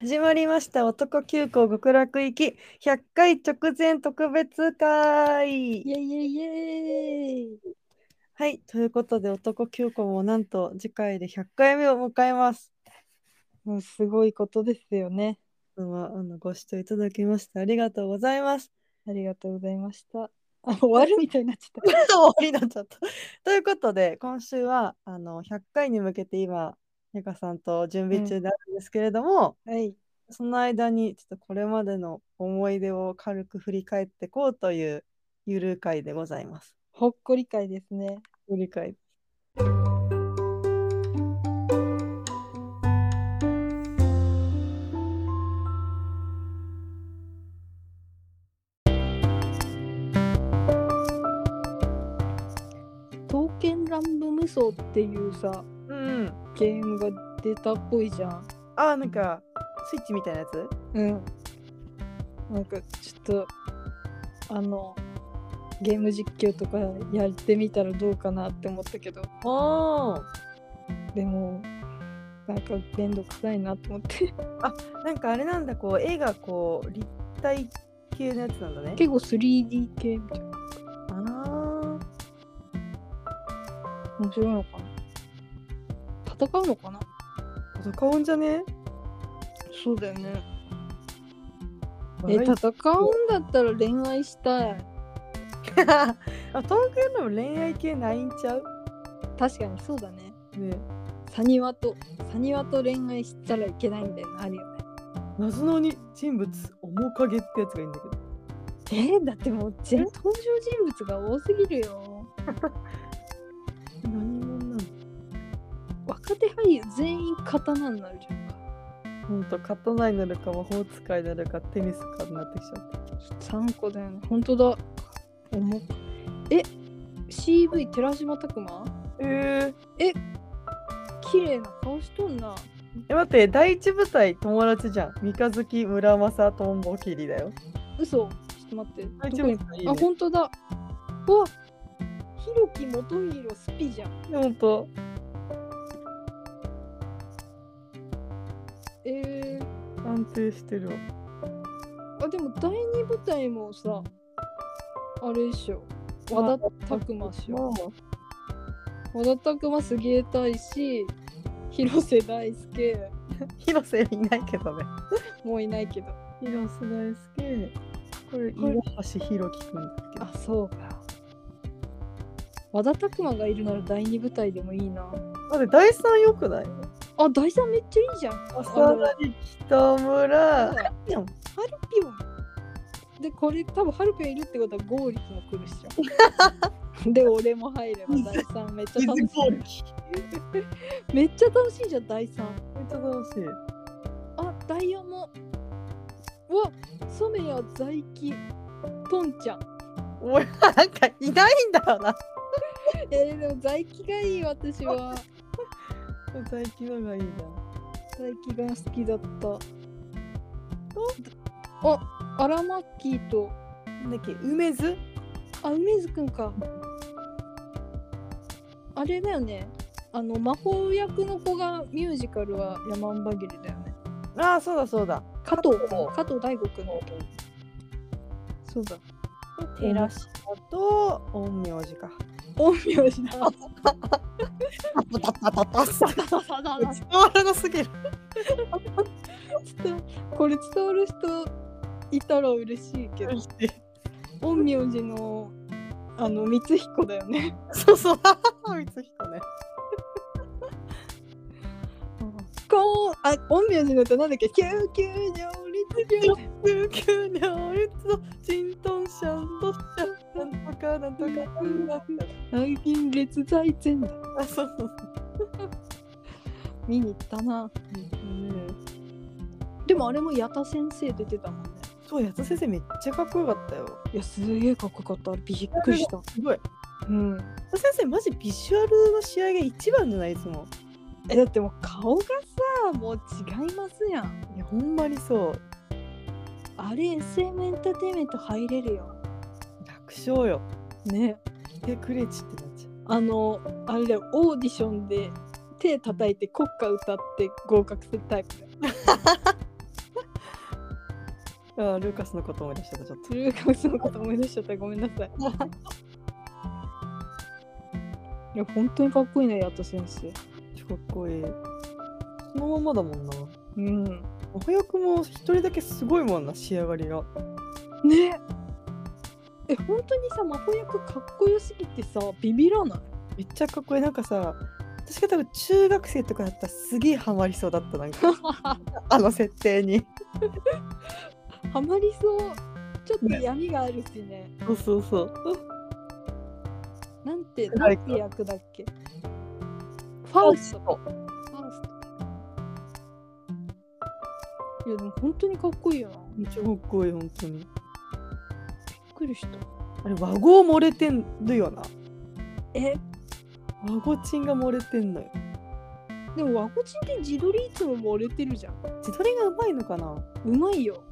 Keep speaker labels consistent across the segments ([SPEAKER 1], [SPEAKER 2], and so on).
[SPEAKER 1] 始まりました男急行極楽行き100回直前特別会
[SPEAKER 2] イエイエイイエイ
[SPEAKER 1] はいということで男急行もなんと次回で100回目を迎えます
[SPEAKER 2] もうすごいことですよね。
[SPEAKER 1] あのあのご視聴いただきましてありがとうございます
[SPEAKER 2] ありがとうございました。あ、終わるみた いになっちゃっ
[SPEAKER 1] ちょっと終わりになっちゃった。 ということで、今週はあの100回に向けて今、ゆかさんと準備中であるんですけれども、
[SPEAKER 2] た。はい。
[SPEAKER 1] その間にちょっとこれまでの思い出を軽く振り返ってこうというゆる会でございます。
[SPEAKER 2] ほっこり会ですね。
[SPEAKER 1] 振り返
[SPEAKER 2] 刀剣乱舞無双っていうさ、
[SPEAKER 1] うん。
[SPEAKER 2] ゲームが出たっぽいじゃん。
[SPEAKER 1] あー、なんか、スイッチみたいなやつ
[SPEAKER 2] うん。なんかちょっと、あの、ゲーム実況とかやってみたらどうかなって思ったけど、
[SPEAKER 1] おー
[SPEAKER 2] でも、なんか面倒くさいなと思って。
[SPEAKER 1] なんかあれなんだ、こう、絵がこう、立体系のやつなんだね。
[SPEAKER 2] 結構 3D 系みたいな。
[SPEAKER 1] あー
[SPEAKER 2] 面白いのかな戦うのかな
[SPEAKER 1] 戦うんじゃね
[SPEAKER 2] そうだよね。え、戦うんだったら恋愛したい。
[SPEAKER 1] あ東京でも恋愛系ないんちゃう
[SPEAKER 2] 確かにそうだね。
[SPEAKER 1] ね
[SPEAKER 2] サニワと、サニワと恋愛したらいけないみたいなのあるよね。
[SPEAKER 1] 謎のに人物面影ってやつがいいんだけど
[SPEAKER 2] えーだってもう全登場人物が多すぎるよ。
[SPEAKER 1] 何者なの
[SPEAKER 2] 若手俳優全員刀になるじゃんか。
[SPEAKER 1] ほんと刀になるか魔法使いになるかテニスかになってきちゃった
[SPEAKER 2] 3個だよね。本当だ。重っえ、CV 寺島拓磨
[SPEAKER 1] えー、
[SPEAKER 2] 綺麗な顔しとんな。
[SPEAKER 1] え待って第一部隊友達じゃん三日月村正トンボキリだよ
[SPEAKER 2] 嘘。ちょっと待って。
[SPEAKER 1] 第一
[SPEAKER 2] どこに
[SPEAKER 1] 部隊いい
[SPEAKER 2] あ、
[SPEAKER 1] ね
[SPEAKER 2] 本当だ。うわ、ひろきもとひろスピじゃん。
[SPEAKER 1] ほんと
[SPEAKER 2] え
[SPEAKER 1] 安定してるわ
[SPEAKER 2] ー、あ、でも第二部隊もさ、あれでしょ。和田拓馬っしょ。和田拓馬すげえたいし、広瀬大輔
[SPEAKER 1] 広瀬いないけどね
[SPEAKER 2] もういないけど。
[SPEAKER 1] 広瀬大輔これ
[SPEAKER 2] これ
[SPEAKER 1] 岩橋弘樹くんだっけど
[SPEAKER 2] あ、そうか。和田拓馬がいるなら第二部隊でもいいな。
[SPEAKER 1] 待って第三よくない
[SPEAKER 2] あ、第三めっちゃいいじゃん。あ
[SPEAKER 1] 浅
[SPEAKER 2] の
[SPEAKER 1] 田北村
[SPEAKER 2] ハ
[SPEAKER 1] ピョン
[SPEAKER 2] ルピョン。で、これ多分ハルピョンいるってことはゴーリキも来るっし ょ。で、俺も入れば第三めっちゃ楽しい。めっちゃ楽しいじゃん、第3。
[SPEAKER 1] めっちゃ楽しい。
[SPEAKER 2] あ、ダイヤモ。うわ、染谷在記、トンちゃん。
[SPEAKER 1] 俺はなんかいないんだよな。
[SPEAKER 2] えー、でも在記がいい、私は。
[SPEAKER 1] 最近のがいいな。
[SPEAKER 2] 在記が好きだった。あ、アラマッキーと、
[SPEAKER 1] なんだっけ、梅津
[SPEAKER 2] あ、梅津くんか。あれだよね。あの、魔法役の子がミュージカルはヤマンバギルだよね。
[SPEAKER 1] ああ、そうだそうだ。
[SPEAKER 2] 加藤くん、加藤大悟くんの弟。そうだ。寺
[SPEAKER 1] 島と陰陽師か。
[SPEAKER 2] 陰陽師 だ。
[SPEAKER 1] あパタパタパタ。
[SPEAKER 2] そうだ
[SPEAKER 1] 伝わらなすぎる。
[SPEAKER 2] ちょっとこれ伝わる人いたら嬉しいけど陰陽師のあの光彦だよね
[SPEAKER 1] そうそう。光彦ね。
[SPEAKER 2] こうあ陰陽師の歌なんだっけ救急上立 病
[SPEAKER 1] 琉球両立のチントンシャンドシャンなんとかなんとかなんだ
[SPEAKER 2] 最近列在前だ
[SPEAKER 1] あ、そうそう
[SPEAKER 2] 見に行ったな
[SPEAKER 1] そう。
[SPEAKER 2] でもあれも矢田先生出てたもんね
[SPEAKER 1] そう、やつ先生めっちゃかっこよかったよ。
[SPEAKER 2] いやすげえかっこよかったあれびっくりした
[SPEAKER 1] すごい。
[SPEAKER 2] うん
[SPEAKER 1] 先生マジビジュアルの仕上げ一番じゃないいつも
[SPEAKER 2] えだってもう顔がさもう違いますやん
[SPEAKER 1] いやほんまにそう
[SPEAKER 2] あれ SM エンターテインメント入れるよ
[SPEAKER 1] 楽勝よ
[SPEAKER 2] ね
[SPEAKER 1] 来てくれちってなっちゃ
[SPEAKER 2] あのあれだよオーディションで手叩いて国歌歌って合格するタイプだよ
[SPEAKER 1] あルーカスのこと思い出しちゃった、ちょっと。
[SPEAKER 2] ルーカスのこと思い出しちゃった。ごめんな さい。いや、本当にかっこいいね、ヤト先生。
[SPEAKER 1] かっこいい。そのままだもんな。
[SPEAKER 2] うん。
[SPEAKER 1] 早くも一人だけすごいもんな、仕上がりが。
[SPEAKER 2] ねえ、本当にさ、魔法役かっこよすぎてさ、ビビらない
[SPEAKER 1] めっちゃかっこいい。なんかさ、私が多分中学生とかだったらすげえハマりそうだった、なんか、 あの設定に。
[SPEAKER 2] ハマりそう。ちょっと闇があるしね。
[SPEAKER 1] そうそうそう。
[SPEAKER 2] なんて、な
[SPEAKER 1] 誰
[SPEAKER 2] ん
[SPEAKER 1] か
[SPEAKER 2] て役だっけファウスト。
[SPEAKER 1] ト。
[SPEAKER 2] ファウスト。いや、でも本当にかっこいいよな。び
[SPEAKER 1] めっちゃかっこいい、本当に。
[SPEAKER 2] っくりした。
[SPEAKER 1] あれ、和合漏れてるよな。
[SPEAKER 2] え、
[SPEAKER 1] 和合チンが漏れてんのよ。
[SPEAKER 2] でも、ワコチンって自撮りいつも漏れてるじゃん。
[SPEAKER 1] 自撮りがうまいのかな
[SPEAKER 2] うまいよ。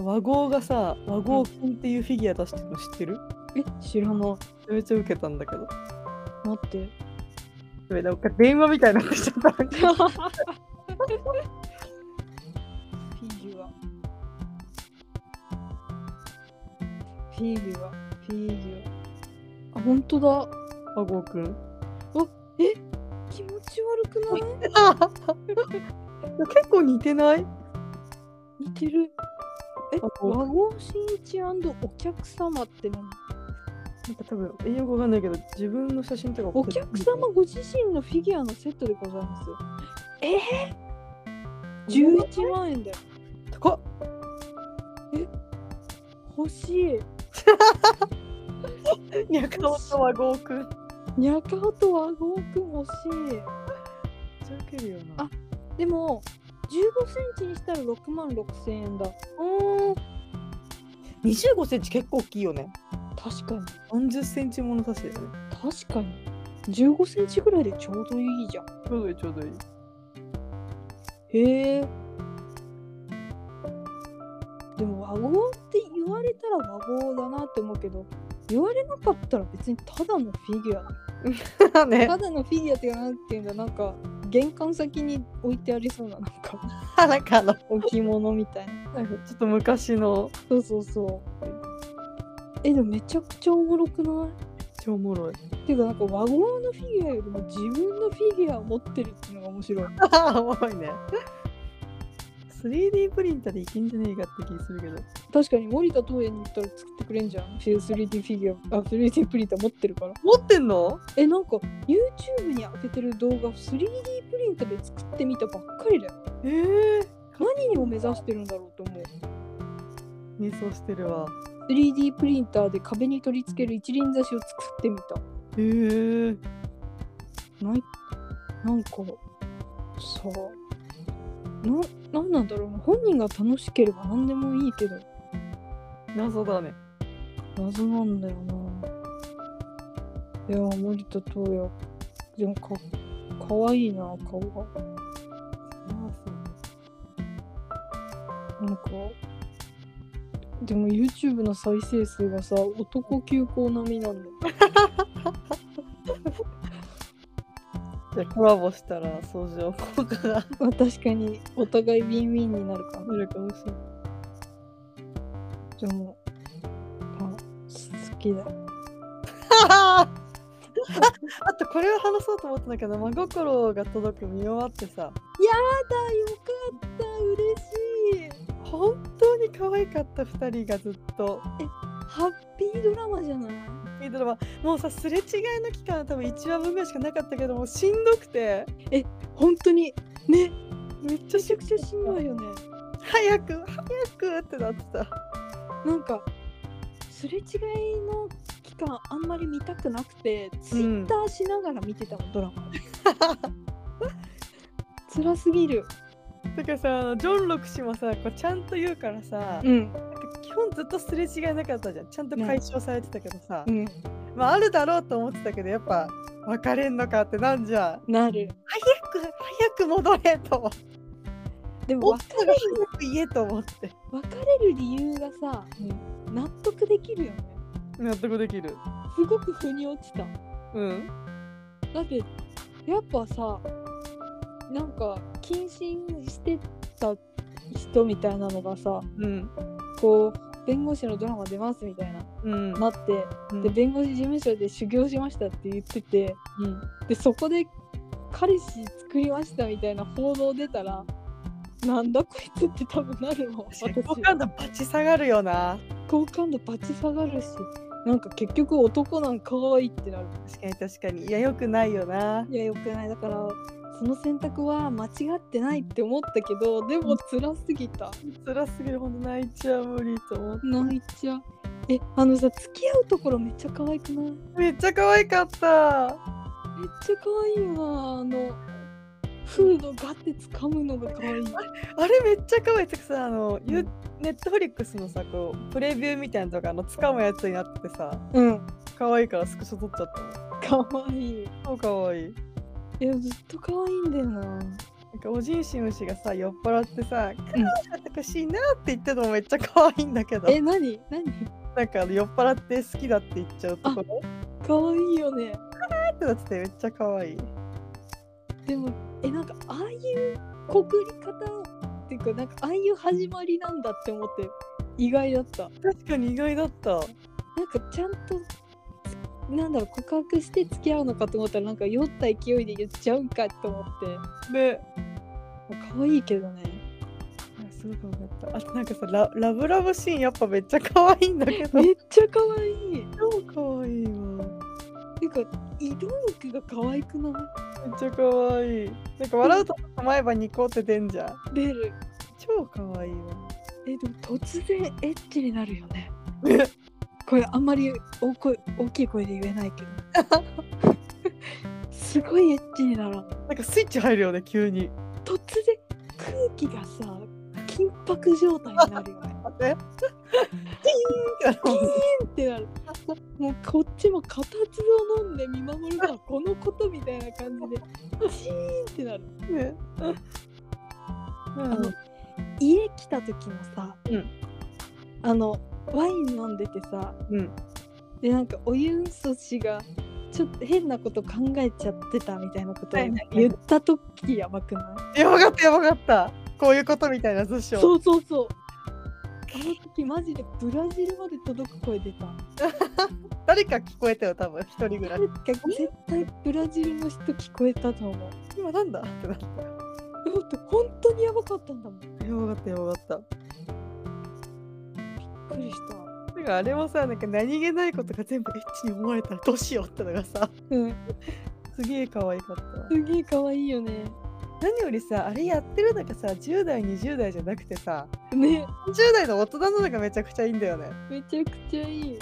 [SPEAKER 1] 和合がさ、和合金っていうフィギュア出してるの知ってる
[SPEAKER 2] え、知らない。
[SPEAKER 1] めっちゃ受けたんだけど。
[SPEAKER 2] 待って。
[SPEAKER 1] やべなんか電話みたいになってきちゃ った。
[SPEAKER 2] フィギュア。フィギュア。フィギュア。あ、本当だ。
[SPEAKER 1] 和合くん。
[SPEAKER 2] 気持ち悪くない
[SPEAKER 1] あ結構似てない
[SPEAKER 2] 似てる。え、
[SPEAKER 1] あこう
[SPEAKER 2] 和合真一お客様って何
[SPEAKER 1] なんか多分英語わかんないけど自分の写真とか
[SPEAKER 2] お客様ご自身のフィギュアのセットでございます。えぇ、?11 万円だよ。
[SPEAKER 1] 高っ
[SPEAKER 2] 欲しい。
[SPEAKER 1] いや顔と和合くんめっ
[SPEAKER 2] ニャカオと和合くん欲しい。
[SPEAKER 1] ちゃウケるよな
[SPEAKER 2] あでも15センチにしたら6万6千円だ
[SPEAKER 1] うん25センチ結構大きいよね
[SPEAKER 2] 確かに
[SPEAKER 1] 40センチもの差しだよね
[SPEAKER 2] 確かに15センチぐらいでちょうどいいじゃん
[SPEAKER 1] ちょうどいいちょうどいい
[SPEAKER 2] へえでも和合って言われたら和合だなって思うけど言われなかったら別にただのフィギュアだ
[SPEAKER 1] ね
[SPEAKER 2] ただのフィギュアっていうかなんていうんだなんか玄関先に置いてありそうななん か
[SPEAKER 1] なんかあの
[SPEAKER 2] 置物みたいな
[SPEAKER 1] なんかちょっと昔の
[SPEAKER 2] そうそうそうえでもめちゃくちゃおもろくない
[SPEAKER 1] 超おもろい
[SPEAKER 2] っていうかなんか和合のフィギュアよりも自分のフィギュアを持ってるっていうのが面白い
[SPEAKER 1] おもろいね 3D プリンターでいけんじゃねえかって気するけど
[SPEAKER 2] 確かに森田東映に行ったら作ってくれんじゃん 3D フィギュアあ 3D プリンター持ってるから
[SPEAKER 1] 持ってんの
[SPEAKER 2] えなんか YouTube に上げてる動画 3D プリンターで作ってみたばっかりだよ
[SPEAKER 1] ええ
[SPEAKER 2] 何を目指してるんだろうと思う
[SPEAKER 1] 迷走してるわ
[SPEAKER 2] 3D プリンターで壁に取り付ける一輪挿しを作ってみた
[SPEAKER 1] へえ
[SPEAKER 2] ないなんかさななんなんだろうな本人が楽しければ何でもいいけど
[SPEAKER 1] 謎だね
[SPEAKER 2] 謎なんだよな。いや、森田東也。でもか、かわいいな、顔が。なんか、でも YouTube の再生数がさ、男急行並みなんだよ。
[SPEAKER 1] じゃあコラボしたら相乗効果が
[SPEAKER 2] まあ確かに、お互いウィンウィンになるかな。
[SPEAKER 1] 出るかもしれない。
[SPEAKER 2] でも、まあ、好きだ。
[SPEAKER 1] あとこれを話そうと思ったんだけど真心が届く見終わってさ
[SPEAKER 2] あ、よかった、嬉しい。
[SPEAKER 1] 本当に可愛かった2人がずっと
[SPEAKER 2] ハッピードラマじゃない
[SPEAKER 1] いいドラマもうさすれ違いの期間は多分1話分ぐらいしかなかったけどもうしんどくて
[SPEAKER 2] 本当に、ね、
[SPEAKER 1] めっちゃ
[SPEAKER 2] めちゃくちゃしんどいよね。
[SPEAKER 1] 早く早くってなってた
[SPEAKER 2] なんかすれ違いの期間あんまり見たくなくてツイッターしながら見てたの、ドラ マ辛すぎる
[SPEAKER 1] だからさあのジョン・ロク氏もさこうちゃんと言うからさ、
[SPEAKER 2] ん
[SPEAKER 1] なんか基本ずっとすれ違いなかったじゃんちゃんと解消されてたけどさ、
[SPEAKER 2] うん
[SPEAKER 1] まあ、あるだろうと思ってたけどやっぱ別れんのかってなんじゃん
[SPEAKER 2] なる
[SPEAKER 1] 早く早く戻れと思って
[SPEAKER 2] でも
[SPEAKER 1] もっ
[SPEAKER 2] 別
[SPEAKER 1] と早く言えと思って
[SPEAKER 2] 別れる理由がさ、納得できるよね
[SPEAKER 1] 納得できる
[SPEAKER 2] すごく腑に落ちた
[SPEAKER 1] うん
[SPEAKER 2] だってやっぱさなんか謹慎してた人みたいなのがさ
[SPEAKER 1] うん
[SPEAKER 2] こう弁護士のドラマ出ますみたいな
[SPEAKER 1] うん
[SPEAKER 2] なって
[SPEAKER 1] うん
[SPEAKER 2] で弁護士事務所で修行しましたって言ってて
[SPEAKER 1] うん
[SPEAKER 2] でそこで彼氏作りましたみたいな報道出たらなんだこいつって多分なるの私
[SPEAKER 1] 私好感度バチ下がるよな
[SPEAKER 2] 好感度バチ下がるしなんか結局男なんか可愛いってなる
[SPEAKER 1] 確かに確かにいやよくないよない
[SPEAKER 2] やよくないだからその選択は間違ってないって思ったけどでも辛すぎた
[SPEAKER 1] 辛すぎるほんと泣いちゃう無理と思って
[SPEAKER 2] 泣いちゃうえあのさ付き合うところめっちゃ可愛くないめっ
[SPEAKER 1] めっちゃ可愛かった
[SPEAKER 2] ちゃ可愛いよなあのフードガッて掴むのが可愛い
[SPEAKER 1] あれめっちゃ可愛いてかさあの、ゆネットフリックスのさこうプレビューみたいなのとかの掴むやつになっててさ
[SPEAKER 2] うん
[SPEAKER 1] 可愛いからスクショ撮っちゃった
[SPEAKER 2] 可愛い
[SPEAKER 1] 超可愛い
[SPEAKER 2] えずっと可愛いんだよな
[SPEAKER 1] なんかおじいし虫がさ酔っ払ってさ「苦労してほしいな」って言ってるのもめっちゃ可愛いんだけど
[SPEAKER 2] え何何
[SPEAKER 1] なんかあの酔っ払って好きだって言っちゃうところ
[SPEAKER 2] 可愛いよね
[SPEAKER 1] ってなっててめっちゃ可愛い
[SPEAKER 2] でもえなんかああいう告り方っていうかなんかああいう始まりなんだって思って意外だった
[SPEAKER 1] 確かに意外だった
[SPEAKER 2] なんかちゃんとつなんだろう告白して付き合うのかと思ったらなんか酔った勢いで言っちゃうんかと思って
[SPEAKER 1] で
[SPEAKER 2] 可愛いけどね
[SPEAKER 1] すごく良かったあとなんかさララブラブシーンやっぱめっちゃ可愛いんだけど
[SPEAKER 2] めっちゃ可愛い
[SPEAKER 1] 超可愛いわ
[SPEAKER 2] てか色欲が可愛くない
[SPEAKER 1] めっちゃ可愛いなんか笑うと前歯にこうって出んじゃん
[SPEAKER 2] 出る
[SPEAKER 1] 超可愛いわ
[SPEAKER 2] えでも突然エッチになるよねこれあんまり大声大きい声で言えないけど すごいエッチになる
[SPEAKER 1] なんかスイッチ入るよね急に
[SPEAKER 2] 突然空気がさ緊迫状態になるよね
[SPEAKER 1] あ ねキーンってなるもんね
[SPEAKER 2] ってなるもうこっちも固唾を飲んで見守るのはこのことみたいな感じでチーンってなる
[SPEAKER 1] ね。
[SPEAKER 2] の家来た時のさ、
[SPEAKER 1] うん
[SPEAKER 2] あのワイン飲んでてさ
[SPEAKER 1] うん。
[SPEAKER 2] でなんかおゆうそしがちょっと変なこと考えちゃってたみたいなことを
[SPEAKER 1] はいはいはい
[SPEAKER 2] 言った時やばくない
[SPEAKER 1] やばかったやばかった。こういうことみたいな図書。
[SPEAKER 2] そうそうそう。あの時マジでブラジルまで届く声出た。
[SPEAKER 1] 誰か聞こえたよ多分一人ぐらい。
[SPEAKER 2] 絶対ブラジルの人聞こえたと思う。
[SPEAKER 1] 今なんだってなった。
[SPEAKER 2] だって本当にやばかったんだもん。びっ
[SPEAKER 1] やばかったやばかった。
[SPEAKER 2] くりした。
[SPEAKER 1] だからあれもさなんか何気ないことが全部エッチに思われたらどうしようってのがさ
[SPEAKER 2] うん。
[SPEAKER 1] すげえ可愛かった。
[SPEAKER 2] すげえ可愛いよね。
[SPEAKER 1] 何よりさあれやってるのがさ10代20代じゃなくてさ
[SPEAKER 2] ね、
[SPEAKER 1] 10代の大人ののがめちゃくちゃいいんだよね。
[SPEAKER 2] めちゃくちゃいい。
[SPEAKER 1] い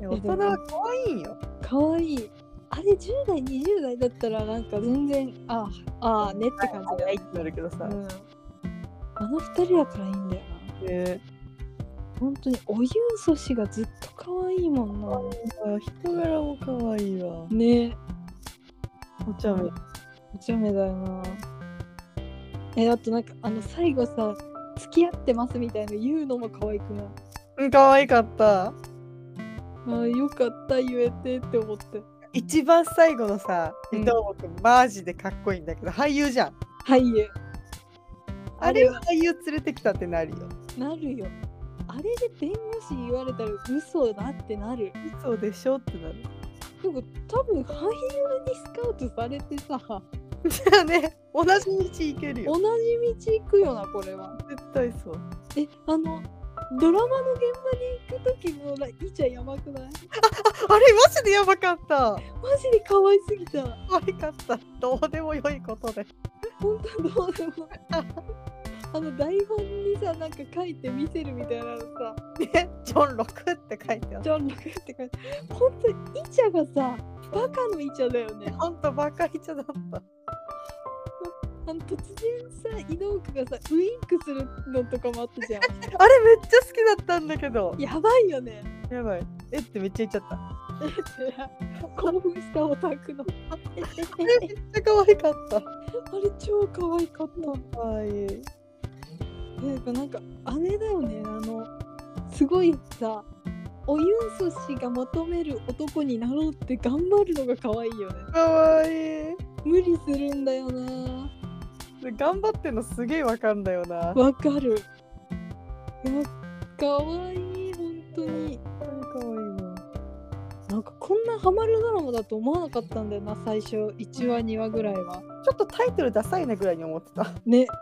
[SPEAKER 1] や大人は可愛いんよ。
[SPEAKER 2] 可愛い。あれ10代20代だったらなんか全然あああねって感じだよね。
[SPEAKER 1] ってなるけどさ。
[SPEAKER 2] うん。あの二人だからいいんだよな。
[SPEAKER 1] ね
[SPEAKER 2] 本当におゆうそしがずっと可愛いもんな。
[SPEAKER 1] あ人柄も可愛いわ。
[SPEAKER 2] ね。
[SPEAKER 1] お茶目。
[SPEAKER 2] おちゃめだよなえあとなんかあの最後さ付き合ってますみたいな言うのも可愛くない
[SPEAKER 1] うん可愛かった。
[SPEAKER 2] ああよかった言えてって思って
[SPEAKER 1] 一番最後のさ
[SPEAKER 2] う
[SPEAKER 1] 伊
[SPEAKER 2] ん
[SPEAKER 1] 藤君、マジでかっこいいんだけど俳優じゃん
[SPEAKER 2] 俳優
[SPEAKER 1] あれは俳優連れてきたってなるよ
[SPEAKER 2] なるよあれで弁護士言われたら嘘だってなる
[SPEAKER 1] そうでしょってなる
[SPEAKER 2] でも多分俳優にスカウトされてさ
[SPEAKER 1] じゃあね同じ道行ける
[SPEAKER 2] 同
[SPEAKER 1] よ
[SPEAKER 2] じ道行くよなこれは
[SPEAKER 1] 絶対そう
[SPEAKER 2] えあのドラマの現場に行く時のライちゃんやばくない
[SPEAKER 1] あれマジでやばかった
[SPEAKER 2] マジで可愛すぎた
[SPEAKER 1] 可愛かったどうでもよいことで
[SPEAKER 2] 本当どうでもあの台本にさなんか書いて見せるみたいなのさ
[SPEAKER 1] ねジョン6って書いてある
[SPEAKER 2] ジョン・ロクって書いて本当にイチャがさバカのイチャだよね
[SPEAKER 1] ほんとバカイチャだった
[SPEAKER 2] あの突然さ井之奥がさウインクするのとかもあったじゃん
[SPEAKER 1] あれめっちゃ好きだったんだけど
[SPEAKER 2] やばいよね
[SPEAKER 1] やばいえってめっちゃ言っちゃった
[SPEAKER 2] 興奮したオタクの
[SPEAKER 1] あれめっちゃ可愛かった
[SPEAKER 2] あれ超可愛かった
[SPEAKER 1] 可愛い
[SPEAKER 2] なんかなんかあれだよねあのすごいさおユンソ氏が求める男になろうって頑張るのが可愛いよね
[SPEAKER 1] 可愛い
[SPEAKER 2] 無理するんだよな
[SPEAKER 1] 頑張ってんのすげえわかんだよな。
[SPEAKER 2] わかるうわかわいい本当に
[SPEAKER 1] 可愛いな。
[SPEAKER 2] なんかこんなハマるドラマだと思わなかったんだよな最初1話2話ぐらいは
[SPEAKER 1] ちょっとタイトルダサいねぐらいに思ってた。
[SPEAKER 2] ねタ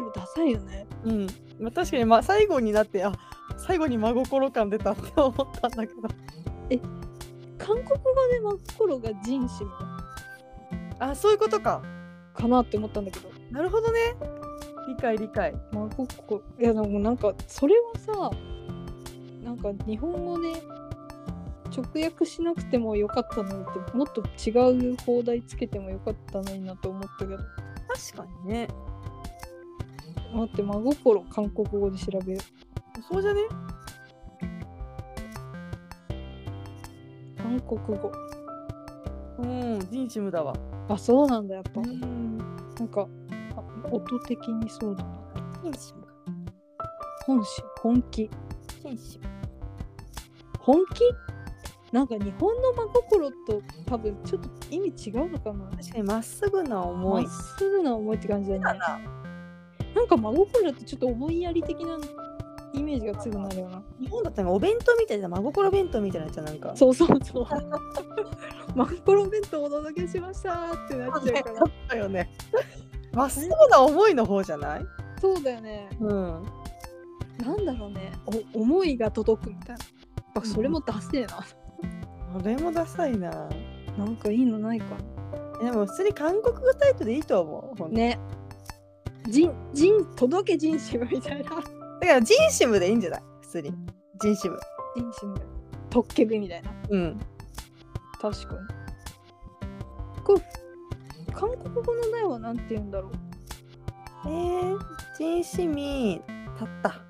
[SPEAKER 2] イトルダサいよね
[SPEAKER 1] うん。まあ、確かに、ま、最後になって、あ最後に真心感出たって思ったんだけど。
[SPEAKER 2] 韓国語で真っ黒が人種
[SPEAKER 1] あ、そういうことか。
[SPEAKER 2] かなって思ったんだけど
[SPEAKER 1] なるほどね。理解理解。
[SPEAKER 2] 真心いやでもなんかそれはさなんか日本語で直訳しなくてもよかったのにってもっと違う放題つけてもよかったのになと思ったけど
[SPEAKER 1] 確かにね。
[SPEAKER 2] 待って真心韓国語で調べよ
[SPEAKER 1] そうじゃね
[SPEAKER 2] う韓国語
[SPEAKER 1] うん、ジンシムだわ。
[SPEAKER 2] あそうなんだやっぱ
[SPEAKER 1] ん。
[SPEAKER 2] なんかあ音的にそうだな
[SPEAKER 1] ジンシムか。
[SPEAKER 2] 本心本気
[SPEAKER 1] ジンシム。
[SPEAKER 2] 本気なんか日本の真心と多分ちょっと意味違うのかな
[SPEAKER 1] 確かに、まっすぐな
[SPEAKER 2] ま
[SPEAKER 1] 思
[SPEAKER 2] っ
[SPEAKER 1] い。
[SPEAKER 2] すぐな思いって感じだね。なんか真心ってちょっと思いやり的なイメージが強くなるよな。
[SPEAKER 1] 日本だったらお弁当みたいな、真心弁当みたいなやつじゃんなんか。
[SPEAKER 2] そうそう そう。真心弁当お届けしましたーってなっちゃうから。
[SPEAKER 1] だよね。まっすぐな思いの方じゃない
[SPEAKER 2] そうだよね。
[SPEAKER 1] うん。
[SPEAKER 2] なんだろうね。お思いが届くみたいな。やっぱそれもダセえな。
[SPEAKER 1] これもダサいな。
[SPEAKER 2] なんかいいのないか
[SPEAKER 1] でも普通に韓国語タイトルでいいと思う。ほんと
[SPEAKER 2] ね。人人届け人種みたいな。
[SPEAKER 1] だからジンシムでいいんじゃない普通に。ジンシム。
[SPEAKER 2] 人種みたいな。トッケビみたいな。
[SPEAKER 1] うん。
[SPEAKER 2] 確かにこれ韓国語の題はなんて言うんだろう
[SPEAKER 1] えー、ジンシミたった。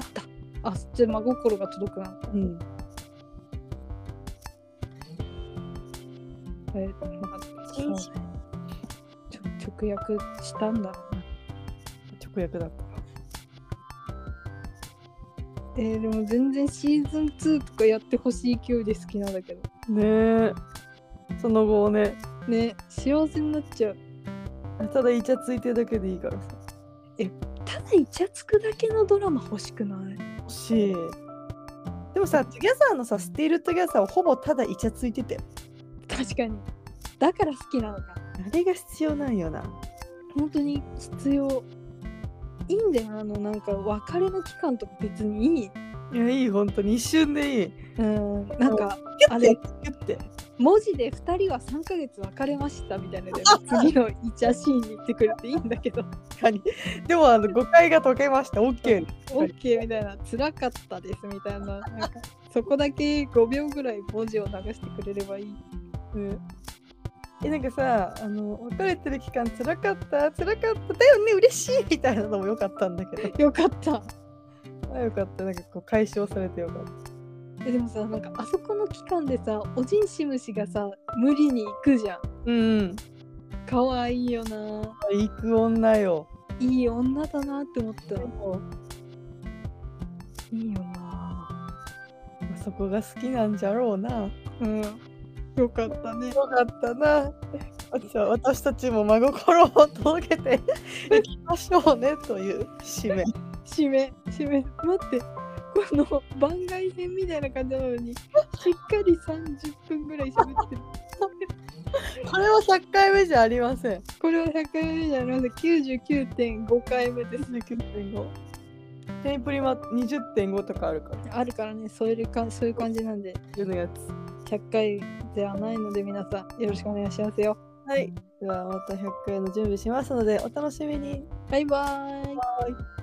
[SPEAKER 2] 立ったあじゃあ真心が届くな
[SPEAKER 1] うん。
[SPEAKER 2] えまあそう
[SPEAKER 1] 人
[SPEAKER 2] ね
[SPEAKER 1] 種
[SPEAKER 2] ちょ直訳したんだろうな
[SPEAKER 1] 直訳だった。
[SPEAKER 2] えーでも全然シーズン2とかやってほしい勢いで好きなんだけど
[SPEAKER 1] ねえ。その後をね。
[SPEAKER 2] ね幸せになっちゃう
[SPEAKER 1] ただイチャついてるだけでいいからさ。
[SPEAKER 2] ただイチャつくだけのドラマ欲しくない
[SPEAKER 1] 欲しい。でもさ、トゥギャザーのさ、スティールトゥギャザーはほぼただイチャついてて。
[SPEAKER 2] 確かにだから好きなのか
[SPEAKER 1] あれが必要なんよな。
[SPEAKER 2] 本当に必要いいんだよあのなんか別れの期間とか別にいい
[SPEAKER 1] いや、いい、本当に一瞬でいい。
[SPEAKER 2] うんなんか
[SPEAKER 1] キュッて
[SPEAKER 2] あれ
[SPEAKER 1] キュッて。
[SPEAKER 2] 文字で2人は3ヶ月別れましたみたいなので次のイチャシーンに行ってくれていいんだけど
[SPEAKER 1] 確かに。でも、あの、誤解が解けました。OK。
[SPEAKER 2] OK みたいな辛かったですみたいななんかそこだけ5秒ぐらい文字を流してくれればいい、うん、
[SPEAKER 1] え、なんかさ、あの、別れてる期間、辛かった、辛かった、だよね、嬉しいみたいなのも良かったんだけど。
[SPEAKER 2] よかった
[SPEAKER 1] あよかった、なんかこう、解消されてよかっ
[SPEAKER 2] えでもさなんかあそこの期間でさおじんしむしがさ無理に行くじゃ
[SPEAKER 1] た。
[SPEAKER 2] ん
[SPEAKER 1] うん。
[SPEAKER 2] かわいいよな
[SPEAKER 1] 行く女よ。
[SPEAKER 2] いい女だなって思った
[SPEAKER 1] でも
[SPEAKER 2] いいよな
[SPEAKER 1] そこが好きなんじゃろうな。
[SPEAKER 2] うんよかったね
[SPEAKER 1] よかったな。じゃあ私たちも真心を届けていきましょうねという締め。
[SPEAKER 2] 締め締め待ってこの番外編みたいな感じなのにしっかり30分ぐらい喋ってる
[SPEAKER 1] これは100回目じゃありません。
[SPEAKER 2] これは100回目じゃなくて99.5回目です
[SPEAKER 1] 29.5。テンプリマ20.5とかあるから。
[SPEAKER 2] あるからねそういうかそういう感じなんで
[SPEAKER 1] いうのやつ。
[SPEAKER 2] 100回ではないので皆さんよろしくお願いしますよ
[SPEAKER 1] はい。ではまた100回の準備しますのでお楽しみに。
[SPEAKER 2] バイバーイ